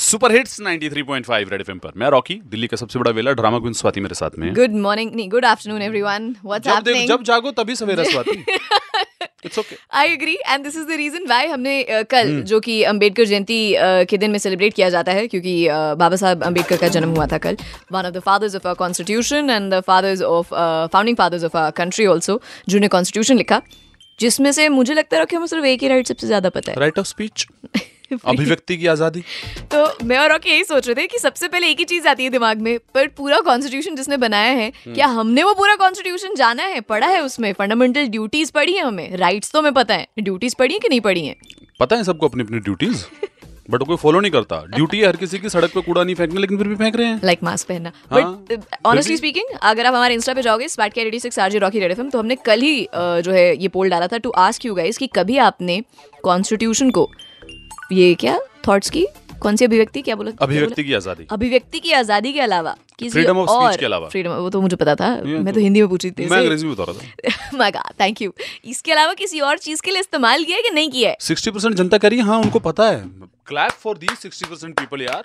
Super hits 93.5 Red FM पर मैं रॉकी दिल्ली का सबसे बड़ा वेला ड्रामा क्वीन स्वाति मेरे साथ में है। गुड मॉर्निंग नहीं गुड आफ्टरनून एवरीवन व्हाट्स जब देख हैपनिंग जब जागो तभी सवेरा Swati it's okay I agree and this is the reason why हमने अ, कल जो कि अंबेडकर जयंती अ, के दिन में सेलिब्रेट किया जाता है क्योंकि अ, बाबा साहब अंबेडकर का जन्म हुआ था कल one of the fathers of our constitution and the fathers of founding fathers of our country also जिन्होंने कॉन्स्टिट्यूशन लिखा जिसमें से मुझे लगता है कि हमें सिर्फ एक ही राइट सबसे ज्यादा पता है राइट ऑफ स्पीच अभिव्यक्ति की आजादी तो मैं और रॉकी यही सोच रहे थे कि सबसे पहले एक ही चीज आती है दिमाग में पर पूरा कॉन्स्टिट्यूशन जिसने बनाया है हम्म। क्या हमने वो पूरा कॉन्स्टिट्यूशन जाना है पढ़ा है उसमें फंडामेंटल ड्यूटीज पढ़ी है हमें राइट्स तो हमें पता है ड्यूटीज पढ़ी है कि नहीं पढ़ी है पता है सबको अपनी अपनी ड्यूटीज बट कोई फॉलो नहीं करता ड्यूटी है हर किसी की सड़क पे कूड़ा नहीं फेंकना लेकिन फिर भी फेंक रहे हैं लाइक मास्क पहनना हाँ, बट ऑनेस्टली बिल्कुल। स्पीकिंग अगर आप हमारे इंस्टा पे जाओगे स्पैट के एडी six RJ Rocky red FM, तो हमने कल ही अ, जो है ये पोल डाला था टू आस्क यू गाइस कि कभी आपने कॉन्स्टिट्यूशन को ये क्या थॉट्स की कौन सी अभिव्यक्ति क्या बोला क्या बोला? अभिव्यक्ति की आजादी अभिव्यक्ति की आजादी के अलावा किसी Freedom of speech और के अलावा। फ्रीडम वो तो मुझे पता था ये मैं तो- तो हिंदी में पूछी थी मैं अंग्रेजी में बता रहा था थैंक यू इसके अलावा किसी और चीज के लिए इस्तेमाल किया है कि नहीं किया है 60% जनता कह रही है हाँ उनको पता है क्लैप फॉर दी 60% पीपल यार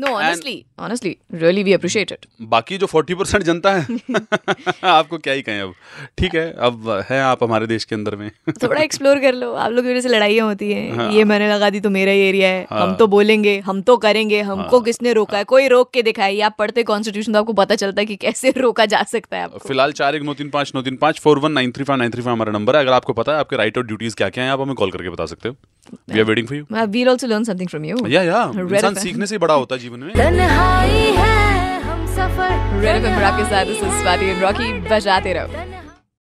no honestly honestly really we appreciate it बाकी जो 40% जनता है आपको क्या ही कहें अब ठीक है अब है आप हमारे देश के अंदर में थोड़ा एक्सप्लोर कर लो आप लोग की वजह से लड़ाइयाँ होती हैं हाँ। ये मैंने लगा दी तो मेरा ही एरिया है हम तो बोलेंगे हम तो करेंगे हमको हाँ। किसने रोका है कोई रोक के दिखाई आप पढ़ते कॉन्स्टिट्यूशन तो आपको पता चलता है कि कैसे रोका जा सकता है आपको फिलहाल चार एक नौ तीन पाँच नौ तीन पाँच four one nine three five nine three five हमारा नंबर है अगर आपको पता है आपके राइट और ड्यूटीज क्या क्या हैं आप हमें कॉल करके बता सकते हो we are waiting for you we'll also learn something from you या या Red इंसान FM. सीखने से ही बड़ा होता है जीवन में तन्हाई है हम सफर रेड एफएम पर आपके साथ this is Swati and Rocky बजाते रहो तन्हा-